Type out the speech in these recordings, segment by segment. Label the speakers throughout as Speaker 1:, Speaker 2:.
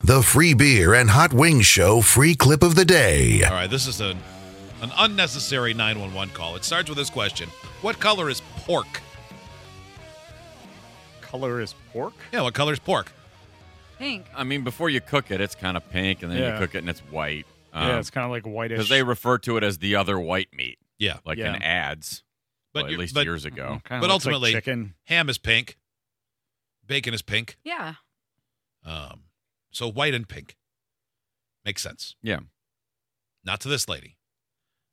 Speaker 1: The Free Beer and Hot Wings Show free clip of the day.
Speaker 2: All right, this is a, an unnecessary 911 call. It starts with this question What color is pork?
Speaker 3: color is pork?
Speaker 2: Yeah, what color is pork?
Speaker 4: Pink.
Speaker 5: I mean, before you cook it, it's kind of pink, and then
Speaker 3: Yeah.
Speaker 5: you cook it and it's white.
Speaker 3: yeah, it's kind of like whitish.
Speaker 5: because they refer to it as the other white meat,
Speaker 2: Yeah.
Speaker 5: like
Speaker 3: Yeah.
Speaker 5: in ads,
Speaker 2: But
Speaker 5: well,
Speaker 2: you-
Speaker 5: at least
Speaker 2: but- Mm-hmm.
Speaker 5: years ago.
Speaker 3: Kinda
Speaker 2: but
Speaker 3: looks like
Speaker 2: ultimately-
Speaker 3: chicken.
Speaker 2: Ham is pink. Bacon is pink.
Speaker 4: Yeah.
Speaker 2: Um, so white and pink. Makes sense.
Speaker 5: Yeah.
Speaker 2: Not to this lady.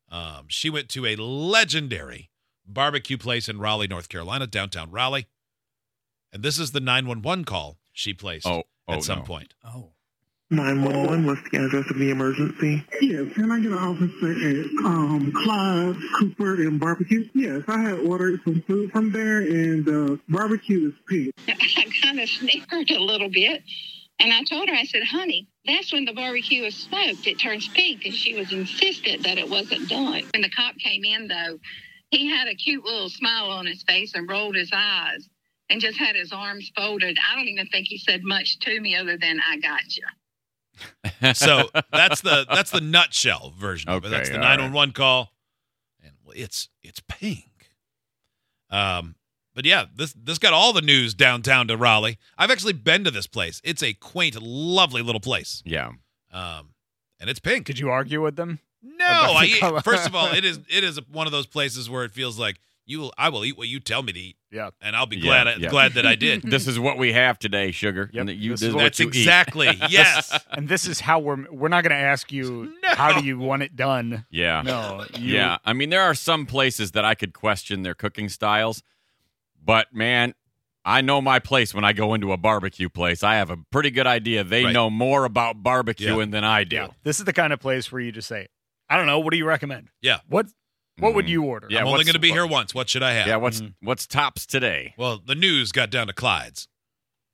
Speaker 2: Um, she went to a legendary barbecue place in Raleigh, North Carolina, downtown Raleigh. And this is the 911 call she placed
Speaker 5: Oh, oh,
Speaker 2: at some
Speaker 5: no.
Speaker 2: point.
Speaker 6: 911, what's the address of the emergency? Yes, can I get an officer at um, Clive, Cooper, and Barbecue? Yes, I had ordered some food from there, and uh, barbecue is pink.
Speaker 7: I kind of snickered a little bit. And I told her, I said, honey, that's when the barbecue is smoked. It turns pink. And she was insistent that it wasn't done. When the cop came in, though, he had a cute little smile on his face and rolled his eyes and just had his arms folded. I don't even think he said much to me other than, I got you.
Speaker 2: So that's the that's the nutshell version of it.
Speaker 5: Okay,
Speaker 2: That's the
Speaker 5: all right.
Speaker 2: 911 call. And well, it's it's pink. Um but yeah, this this got all the news downtown to Raleigh. I've actually been to this place. It's a quaint, lovely little place.
Speaker 5: yeah,
Speaker 3: Mm-hmm.
Speaker 2: Um and it's pink.
Speaker 3: Did you argue with them?
Speaker 2: No,
Speaker 3: about
Speaker 2: I
Speaker 3: the color?
Speaker 2: eat, first of all, it is it is one of those places where it feels like you will I will eat what you tell me to eat
Speaker 3: Yeah.
Speaker 2: and I'll be
Speaker 5: Yeah,
Speaker 2: glad I,
Speaker 5: yeah.
Speaker 2: glad that I did.
Speaker 5: this is what we have today, sugar.
Speaker 3: Yep,
Speaker 5: and that you,
Speaker 3: this
Speaker 5: this
Speaker 3: is
Speaker 5: is
Speaker 3: what
Speaker 2: That's
Speaker 5: what you eat.
Speaker 2: exactly. Yes.
Speaker 3: And this is how we're we're not going to ask you
Speaker 2: No.
Speaker 3: how do you want it done.
Speaker 5: Yeah.
Speaker 3: No. You,
Speaker 5: yeah. I mean, there are some places that I could question their cooking styles, but man, I know my place when I go into a barbecue place. I have a pretty good idea. They
Speaker 2: Right.
Speaker 5: know more about barbecuing than I do.
Speaker 3: Yeah. This is the kind of place where you just say, I don't know, what do you recommend?
Speaker 2: Yeah.
Speaker 3: What what would
Speaker 5: Mhm.
Speaker 3: you order?
Speaker 5: Yeah,
Speaker 2: I'm only
Speaker 5: what's-
Speaker 2: going to be here once. What should I have?
Speaker 5: Yeah. what's
Speaker 2: Mm-hmm.
Speaker 5: what's tops today?
Speaker 2: well, the news got down to Clyde's.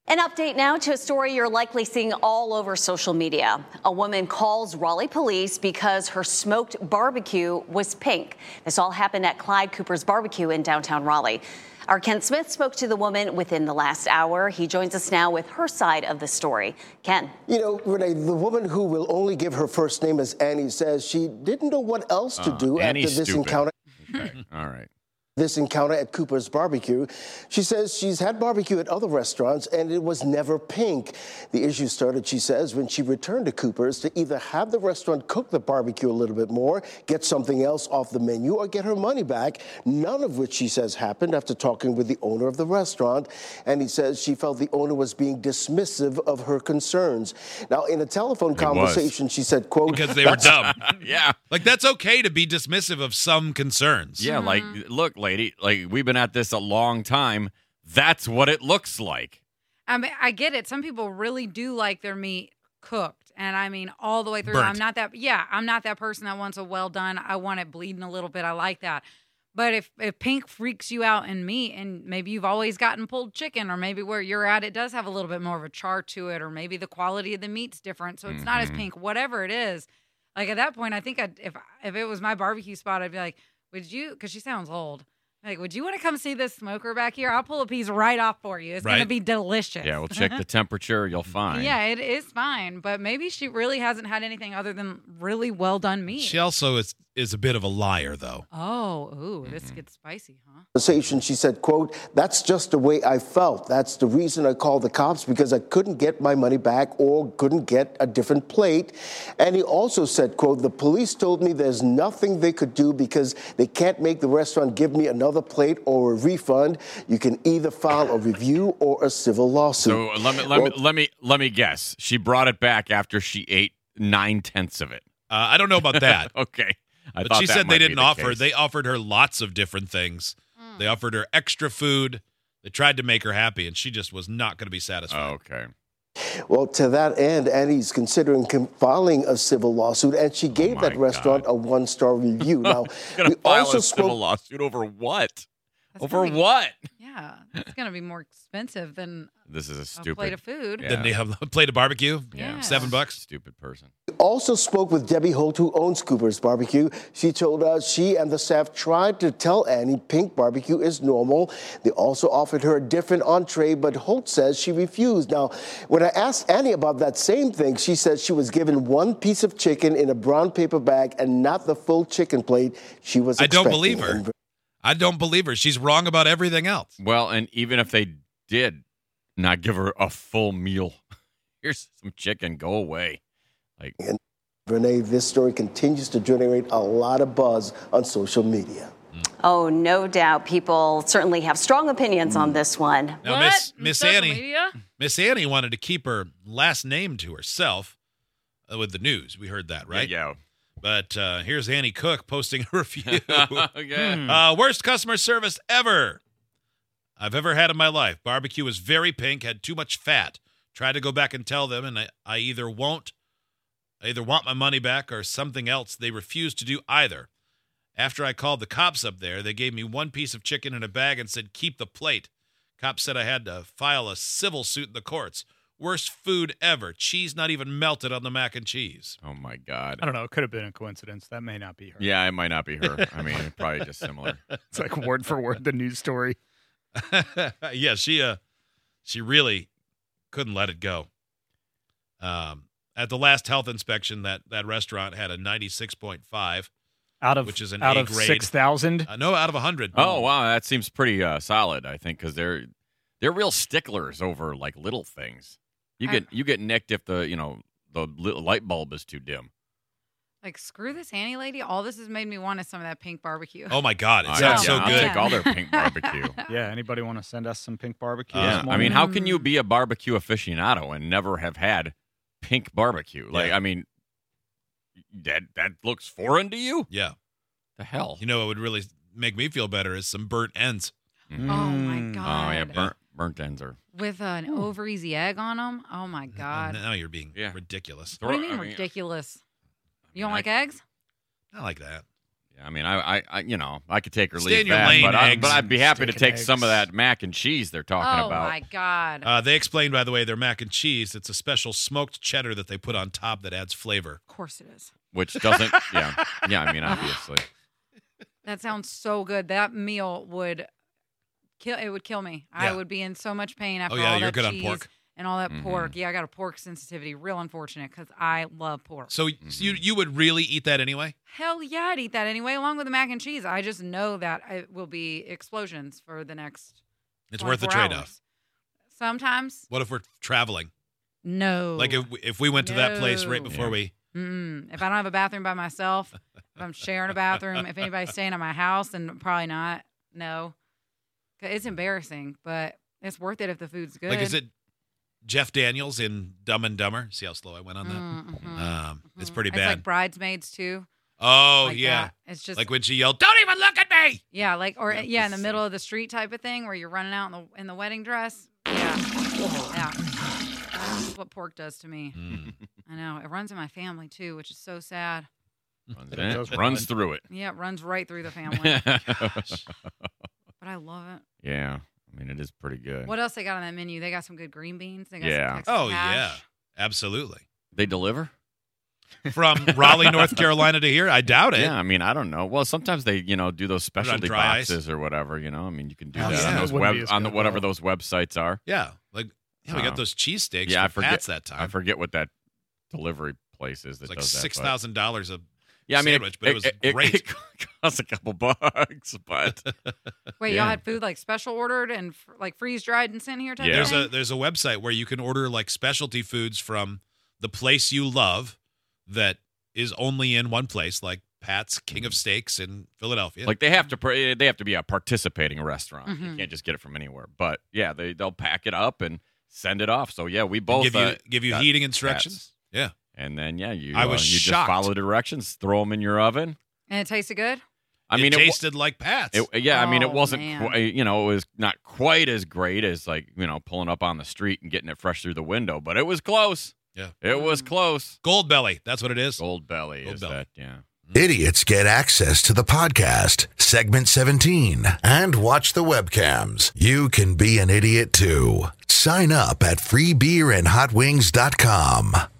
Speaker 8: An update now to a story you're likely seeing all over social media. A woman calls Raleigh police because her smoked barbecue was pink. This all happened at Clyde Cooper's Barbecue in downtown Raleigh. Our Ken Smith spoke to the woman within the last hour. He joins us now with her side of the story. Ken.
Speaker 9: You know, Renee, the woman who will only give her first name as Annie says she didn't know what else to
Speaker 5: Uh,
Speaker 9: do
Speaker 5: Annie's
Speaker 9: after this
Speaker 5: stupid.
Speaker 9: encounter.
Speaker 5: Okay. All right.
Speaker 9: This encounter at Cooper's Barbecue. She says she's had barbecue at other restaurants and it was never pink. The issue started, she says, when she returned to Cooper's to either have the restaurant cook the barbecue a little bit more, get something else off the menu, or get her money back, none of which she says happened after talking with the owner of the restaurant. And he says she felt the owner was being dismissive of her concerns. Now, in a telephone
Speaker 5: was.
Speaker 9: conversation, she said, quote,
Speaker 2: because they were dumb.
Speaker 5: Yeah.
Speaker 2: Like that's okay to be dismissive of some concerns.
Speaker 5: Yeah, like
Speaker 4: Mm-hmm.
Speaker 5: look, lady, like we've been at this a long time. That's what it looks like.
Speaker 4: I mean, I get it. Some people really do like their meat cooked, and I mean all the way through.
Speaker 2: Burnt.
Speaker 4: I'm not that. Yeah, I'm not that person that wants a well done. I want it bleeding a little bit. I like that. But if if pink freaks you out in meat, and maybe you've always gotten pulled chicken, or maybe where you're at, it does have a little bit more of a char to it, or maybe the quality of the meat's different, so it's not as
Speaker 2: Mm-hmm.
Speaker 5: Mhm.
Speaker 4: pink. Whatever it is, like at that point, I think I'd, if if it was my barbecue spot, I'd be like, "Would you?" Because she sounds old. Like, would you want to come see this smoker back here? I'll pull a piece right off for you. It's gonna
Speaker 2: Right.
Speaker 4: be delicious.
Speaker 5: Yeah, we'll check the temperature. You'll find.
Speaker 4: Mm-hmm. Yeah, it is fine, but maybe she really hasn't had anything other than really well done meat.
Speaker 2: She also is is a bit of a liar, though.
Speaker 4: Oh, ooh,
Speaker 5: Mm-hmm.
Speaker 4: this gets spicy, huh?
Speaker 9: conversation she said quote that's just the way i felt that's the reason i called the cops because i couldn't get my money back or couldn't get a different plate and he also said quote the police told me there's nothing they could do because they can't make the restaurant give me another plate or a refund you can either file a review or a civil lawsuit
Speaker 5: So uh, let me let me let me let me guess. She brought it back after she ate nine tenths of it.
Speaker 2: Uh, I don't know about that.
Speaker 5: okay, I
Speaker 2: but
Speaker 5: thought
Speaker 2: she
Speaker 5: that
Speaker 2: said
Speaker 5: might
Speaker 2: they
Speaker 5: be
Speaker 2: didn't
Speaker 5: the
Speaker 2: offer.
Speaker 5: case.
Speaker 2: They offered her lots of different things.
Speaker 4: Mm.
Speaker 2: They offered her extra food. They tried to make her happy, and she just was not going to be satisfied.
Speaker 5: okay.
Speaker 9: Well, to that end, Annie's considering com- filing a civil lawsuit, and she gave that restaurant a one star review. Now,
Speaker 5: Gonna
Speaker 9: we
Speaker 5: file
Speaker 9: also
Speaker 5: a
Speaker 9: spoke.
Speaker 5: civil lawsuit over what?
Speaker 4: That's
Speaker 5: over
Speaker 4: gonna be-
Speaker 5: what?
Speaker 4: Yeah, it's gonna be more expensive than
Speaker 5: This is a
Speaker 4: a plate
Speaker 5: stupid,
Speaker 4: of food.
Speaker 2: Then they have a plate of barbecue.
Speaker 4: Yeah.
Speaker 2: seven bucks.
Speaker 5: stupid person.
Speaker 9: We also spoke with Debbie Holt, who owns Cooper's Barbecue. She told us she and the staff tried to tell Annie pink barbecue is normal. They also offered her a different entree, but Holt says she refused. Now, when I asked Annie about that same thing, she said she was given one piece of chicken in a brown paper bag and not the full chicken plate she was
Speaker 2: I don't
Speaker 9: expecting.
Speaker 2: believe her.
Speaker 9: And
Speaker 2: I don't believe her. She's wrong about everything else.
Speaker 5: Well, and even if they did not give her a full meal, here's some chicken. Go away. Like
Speaker 9: Renee, this story continues to generate a lot of buzz on social media.
Speaker 8: Oh, no doubt people certainly have strong opinions on this one.
Speaker 2: Now,
Speaker 4: What?
Speaker 2: Miss
Speaker 4: In
Speaker 2: Miss
Speaker 4: social
Speaker 2: Annie,
Speaker 4: media?
Speaker 2: Miss Annie wanted to keep her last name to herself uh, with the news. We heard that, right?
Speaker 5: Yeah.
Speaker 2: But uh, here's Annie Cook posting a review.
Speaker 5: Hmm. yeah.
Speaker 2: uh, worst customer service ever I've ever had in my life. Barbecue was very pink, had too much fat. Tried to go back and tell them, and I, I either won't, I either want my money back or something else. They refused to do either. After I called the cops up there, they gave me one piece of chicken in a bag and said, keep the plate. Cops said I had to file a civil suit in the courts. Worst food ever. Cheese not even melted on the mac and cheese.
Speaker 5: Oh my God.
Speaker 3: I don't know. It could have been a coincidence. That may not be her.
Speaker 5: Yeah, it might not be her. I mean, probably just similar.
Speaker 3: It's like word for word the news story.
Speaker 2: yeah, she uh she really couldn't let it go. Um at the last health inspection that that restaurant had a 96.5.
Speaker 3: Out of
Speaker 2: Which is an
Speaker 3: out
Speaker 2: A
Speaker 3: of
Speaker 2: grade.
Speaker 3: six thousand.
Speaker 2: Uh, no, out of 100.
Speaker 5: Oh wow, that seems pretty uh, solid. I think because they're they're real sticklers over like little things. You
Speaker 4: I-
Speaker 5: get you get nicked if the you know the little light bulb is too dim.
Speaker 4: Like screw this Annie lady. All this has made me want is some of that pink barbecue.
Speaker 2: Oh my god, it
Speaker 5: I-
Speaker 2: sounds
Speaker 5: yeah,
Speaker 2: so
Speaker 5: I'll
Speaker 2: good.
Speaker 5: take all their pink barbecue.
Speaker 3: Yeah. Anybody want to send us some pink barbecue?
Speaker 2: Uh,
Speaker 3: this
Speaker 5: yeah, I
Speaker 3: morning?
Speaker 5: mean, how can you
Speaker 4: Mm.
Speaker 5: be a barbecue aficionado and never have had pink barbecue? Like,
Speaker 2: Yeah.
Speaker 5: I mean, that that looks foreign to you.
Speaker 2: Yeah.
Speaker 5: The hell.
Speaker 2: You know what would really make me feel better is some burnt ends.
Speaker 4: Oh
Speaker 3: Mm.
Speaker 2: Mm.
Speaker 4: my god.
Speaker 5: oh yeah, burnt burnt ends are.
Speaker 4: With an over easy egg on them. Oh my god.
Speaker 2: Now you're being
Speaker 5: Yeah.
Speaker 2: ridiculous.
Speaker 4: What do you mean
Speaker 5: I mean,
Speaker 4: ridiculous? You
Speaker 5: I mean,
Speaker 4: don't
Speaker 5: I-
Speaker 4: like eggs?
Speaker 2: I like that.
Speaker 5: Yeah, I mean, I, I, I you know, I could take or
Speaker 2: Stay
Speaker 5: leave
Speaker 2: in your
Speaker 5: that,
Speaker 2: lane,
Speaker 5: but, I,
Speaker 2: eggs.
Speaker 5: but I'd be happy to
Speaker 3: Steak
Speaker 5: take
Speaker 3: and
Speaker 5: some of
Speaker 3: eggs.
Speaker 5: that mac and cheese they're talking
Speaker 4: Oh
Speaker 5: about.
Speaker 4: my god.
Speaker 2: Uh, they explained, by the way, their mac and cheese. It's a special smoked cheddar that they put on top that adds flavor.
Speaker 4: of course it is.
Speaker 5: which doesn't yeah yeah i mean obviously
Speaker 4: That sounds so good. That meal would kill. It would kill me. I
Speaker 2: Yeah.
Speaker 4: would be in so much pain after
Speaker 2: Oh, yeah,
Speaker 4: all
Speaker 2: you're
Speaker 4: that
Speaker 2: good on
Speaker 4: cheese
Speaker 2: pork. Mm-hmm.
Speaker 4: and all that
Speaker 5: Mhm.
Speaker 4: pork. Yeah, I got a pork sensitivity. Real unfortunate because I love pork.
Speaker 2: So you
Speaker 5: Mm-hmm.
Speaker 2: you would really eat that anyway?
Speaker 4: Hell yeah, I'd eat that anyway, along with the mac and cheese. I just know that it will be explosions for the next.
Speaker 2: It's worth the
Speaker 4: 24
Speaker 2: trade off.
Speaker 4: hours. Sometimes
Speaker 2: What if we're traveling?
Speaker 4: no.
Speaker 2: Like if we, if we went to that place right
Speaker 4: No.
Speaker 2: before we,
Speaker 4: Mm-mm. if I don't have a bathroom by myself, if I'm sharing a bathroom, if anybody's staying at my house, then probably not. No, 'Cause it's embarrassing, but it's worth it if the food's good.
Speaker 2: like, is it Jeff Daniels in Dumb and Dumber? See how slow I went on that.
Speaker 4: Mhm.
Speaker 2: Um, it's
Speaker 4: Mhm.
Speaker 2: pretty
Speaker 4: It's
Speaker 2: bad.
Speaker 4: like bridesmaids too.
Speaker 2: oh
Speaker 4: like
Speaker 2: yeah,
Speaker 4: that. it's just
Speaker 2: like when she yelled, "Don't even look at me!"
Speaker 4: yeah, like or
Speaker 5: Yeah,
Speaker 4: yeah, in the
Speaker 5: it's-
Speaker 4: middle of the street type of thing where you're running out in the in the wedding dress. Yeah, yeah. That's what pork does to me.
Speaker 5: Mm.
Speaker 4: I know it runs in my family too, which is so sad.
Speaker 5: runs,
Speaker 3: It
Speaker 5: in-
Speaker 3: does
Speaker 5: runs through it
Speaker 4: Yeah, it runs right through the family,
Speaker 5: yeah
Speaker 4: but I love it.
Speaker 5: i mean it is pretty good
Speaker 4: What else they got on that menu? They got some good green beans. They got
Speaker 5: Yeah.
Speaker 4: Some Texas
Speaker 2: Oh yeah,
Speaker 4: hash.
Speaker 2: absolutely.
Speaker 5: they deliver
Speaker 2: From Raleigh, North Carolina to here, I doubt it.
Speaker 5: yeah i mean i don't know well sometimes they you know do those specialty
Speaker 2: dry ice.
Speaker 5: boxes or whatever you know i mean you can do
Speaker 3: Oh,
Speaker 5: that
Speaker 2: yeah.
Speaker 5: on those
Speaker 3: Wouldn't
Speaker 5: web
Speaker 3: be as
Speaker 5: on the,
Speaker 3: good,
Speaker 5: whatever
Speaker 3: though.
Speaker 5: those websites are
Speaker 2: Yeah, like yeah, we got
Speaker 5: Oh.
Speaker 2: those cheesesteaks.
Speaker 5: Yeah, I
Speaker 2: from
Speaker 5: forget-
Speaker 2: Pat's that time.
Speaker 5: i forget what that delivery place is that
Speaker 2: it's like
Speaker 5: does that
Speaker 2: six
Speaker 5: but-
Speaker 2: thousand dollars a
Speaker 5: yeah, I mean,
Speaker 2: sandwich, but it was great.
Speaker 5: It, cost a couple bucks, but
Speaker 4: Wait,
Speaker 5: Yeah.
Speaker 4: y'all had food like special ordered and fr- like freeze dried and sent here? Type
Speaker 2: There's a
Speaker 4: thing?
Speaker 2: there's a website where you can order like specialty foods from the place you love that is only in one place, like Pat's King of Steaks in Philadelphia.
Speaker 5: Mm. like they have to pr- they have to be a participating restaurant. You
Speaker 3: Mm-hmm.
Speaker 4: Mhm.
Speaker 5: can't just get it from anywhere. But yeah, they they'll pack it up and send it off. So yeah, we both
Speaker 2: give you-
Speaker 5: uh,
Speaker 2: give you
Speaker 5: got
Speaker 2: heating instructions. Yeah.
Speaker 5: and then yeah, you
Speaker 2: I
Speaker 5: uh,
Speaker 2: was
Speaker 5: you just
Speaker 2: shocked.
Speaker 5: follow directions, throw them in your oven.
Speaker 4: and it tasted good?
Speaker 5: I
Speaker 2: it
Speaker 5: mean, it wa-
Speaker 2: tasted like Pat's.
Speaker 5: It, yeah, I mean, it
Speaker 4: Oh,
Speaker 5: wasn't,
Speaker 4: man.
Speaker 5: qui- you know, it was not quite as great as like, you know, pulling up on the street and getting it fresh through the window, but it was close.
Speaker 2: Yeah.
Speaker 5: It
Speaker 4: Mm.
Speaker 5: was close.
Speaker 2: Gold belly. That's what it is.
Speaker 5: Gold belly
Speaker 2: Gold
Speaker 5: is
Speaker 2: belly.
Speaker 5: that, yeah.
Speaker 9: Idiots get access to the podcast, segment 17, and watch the webcams. You can be an idiot too. Sign up at freebeerandhotwings.com.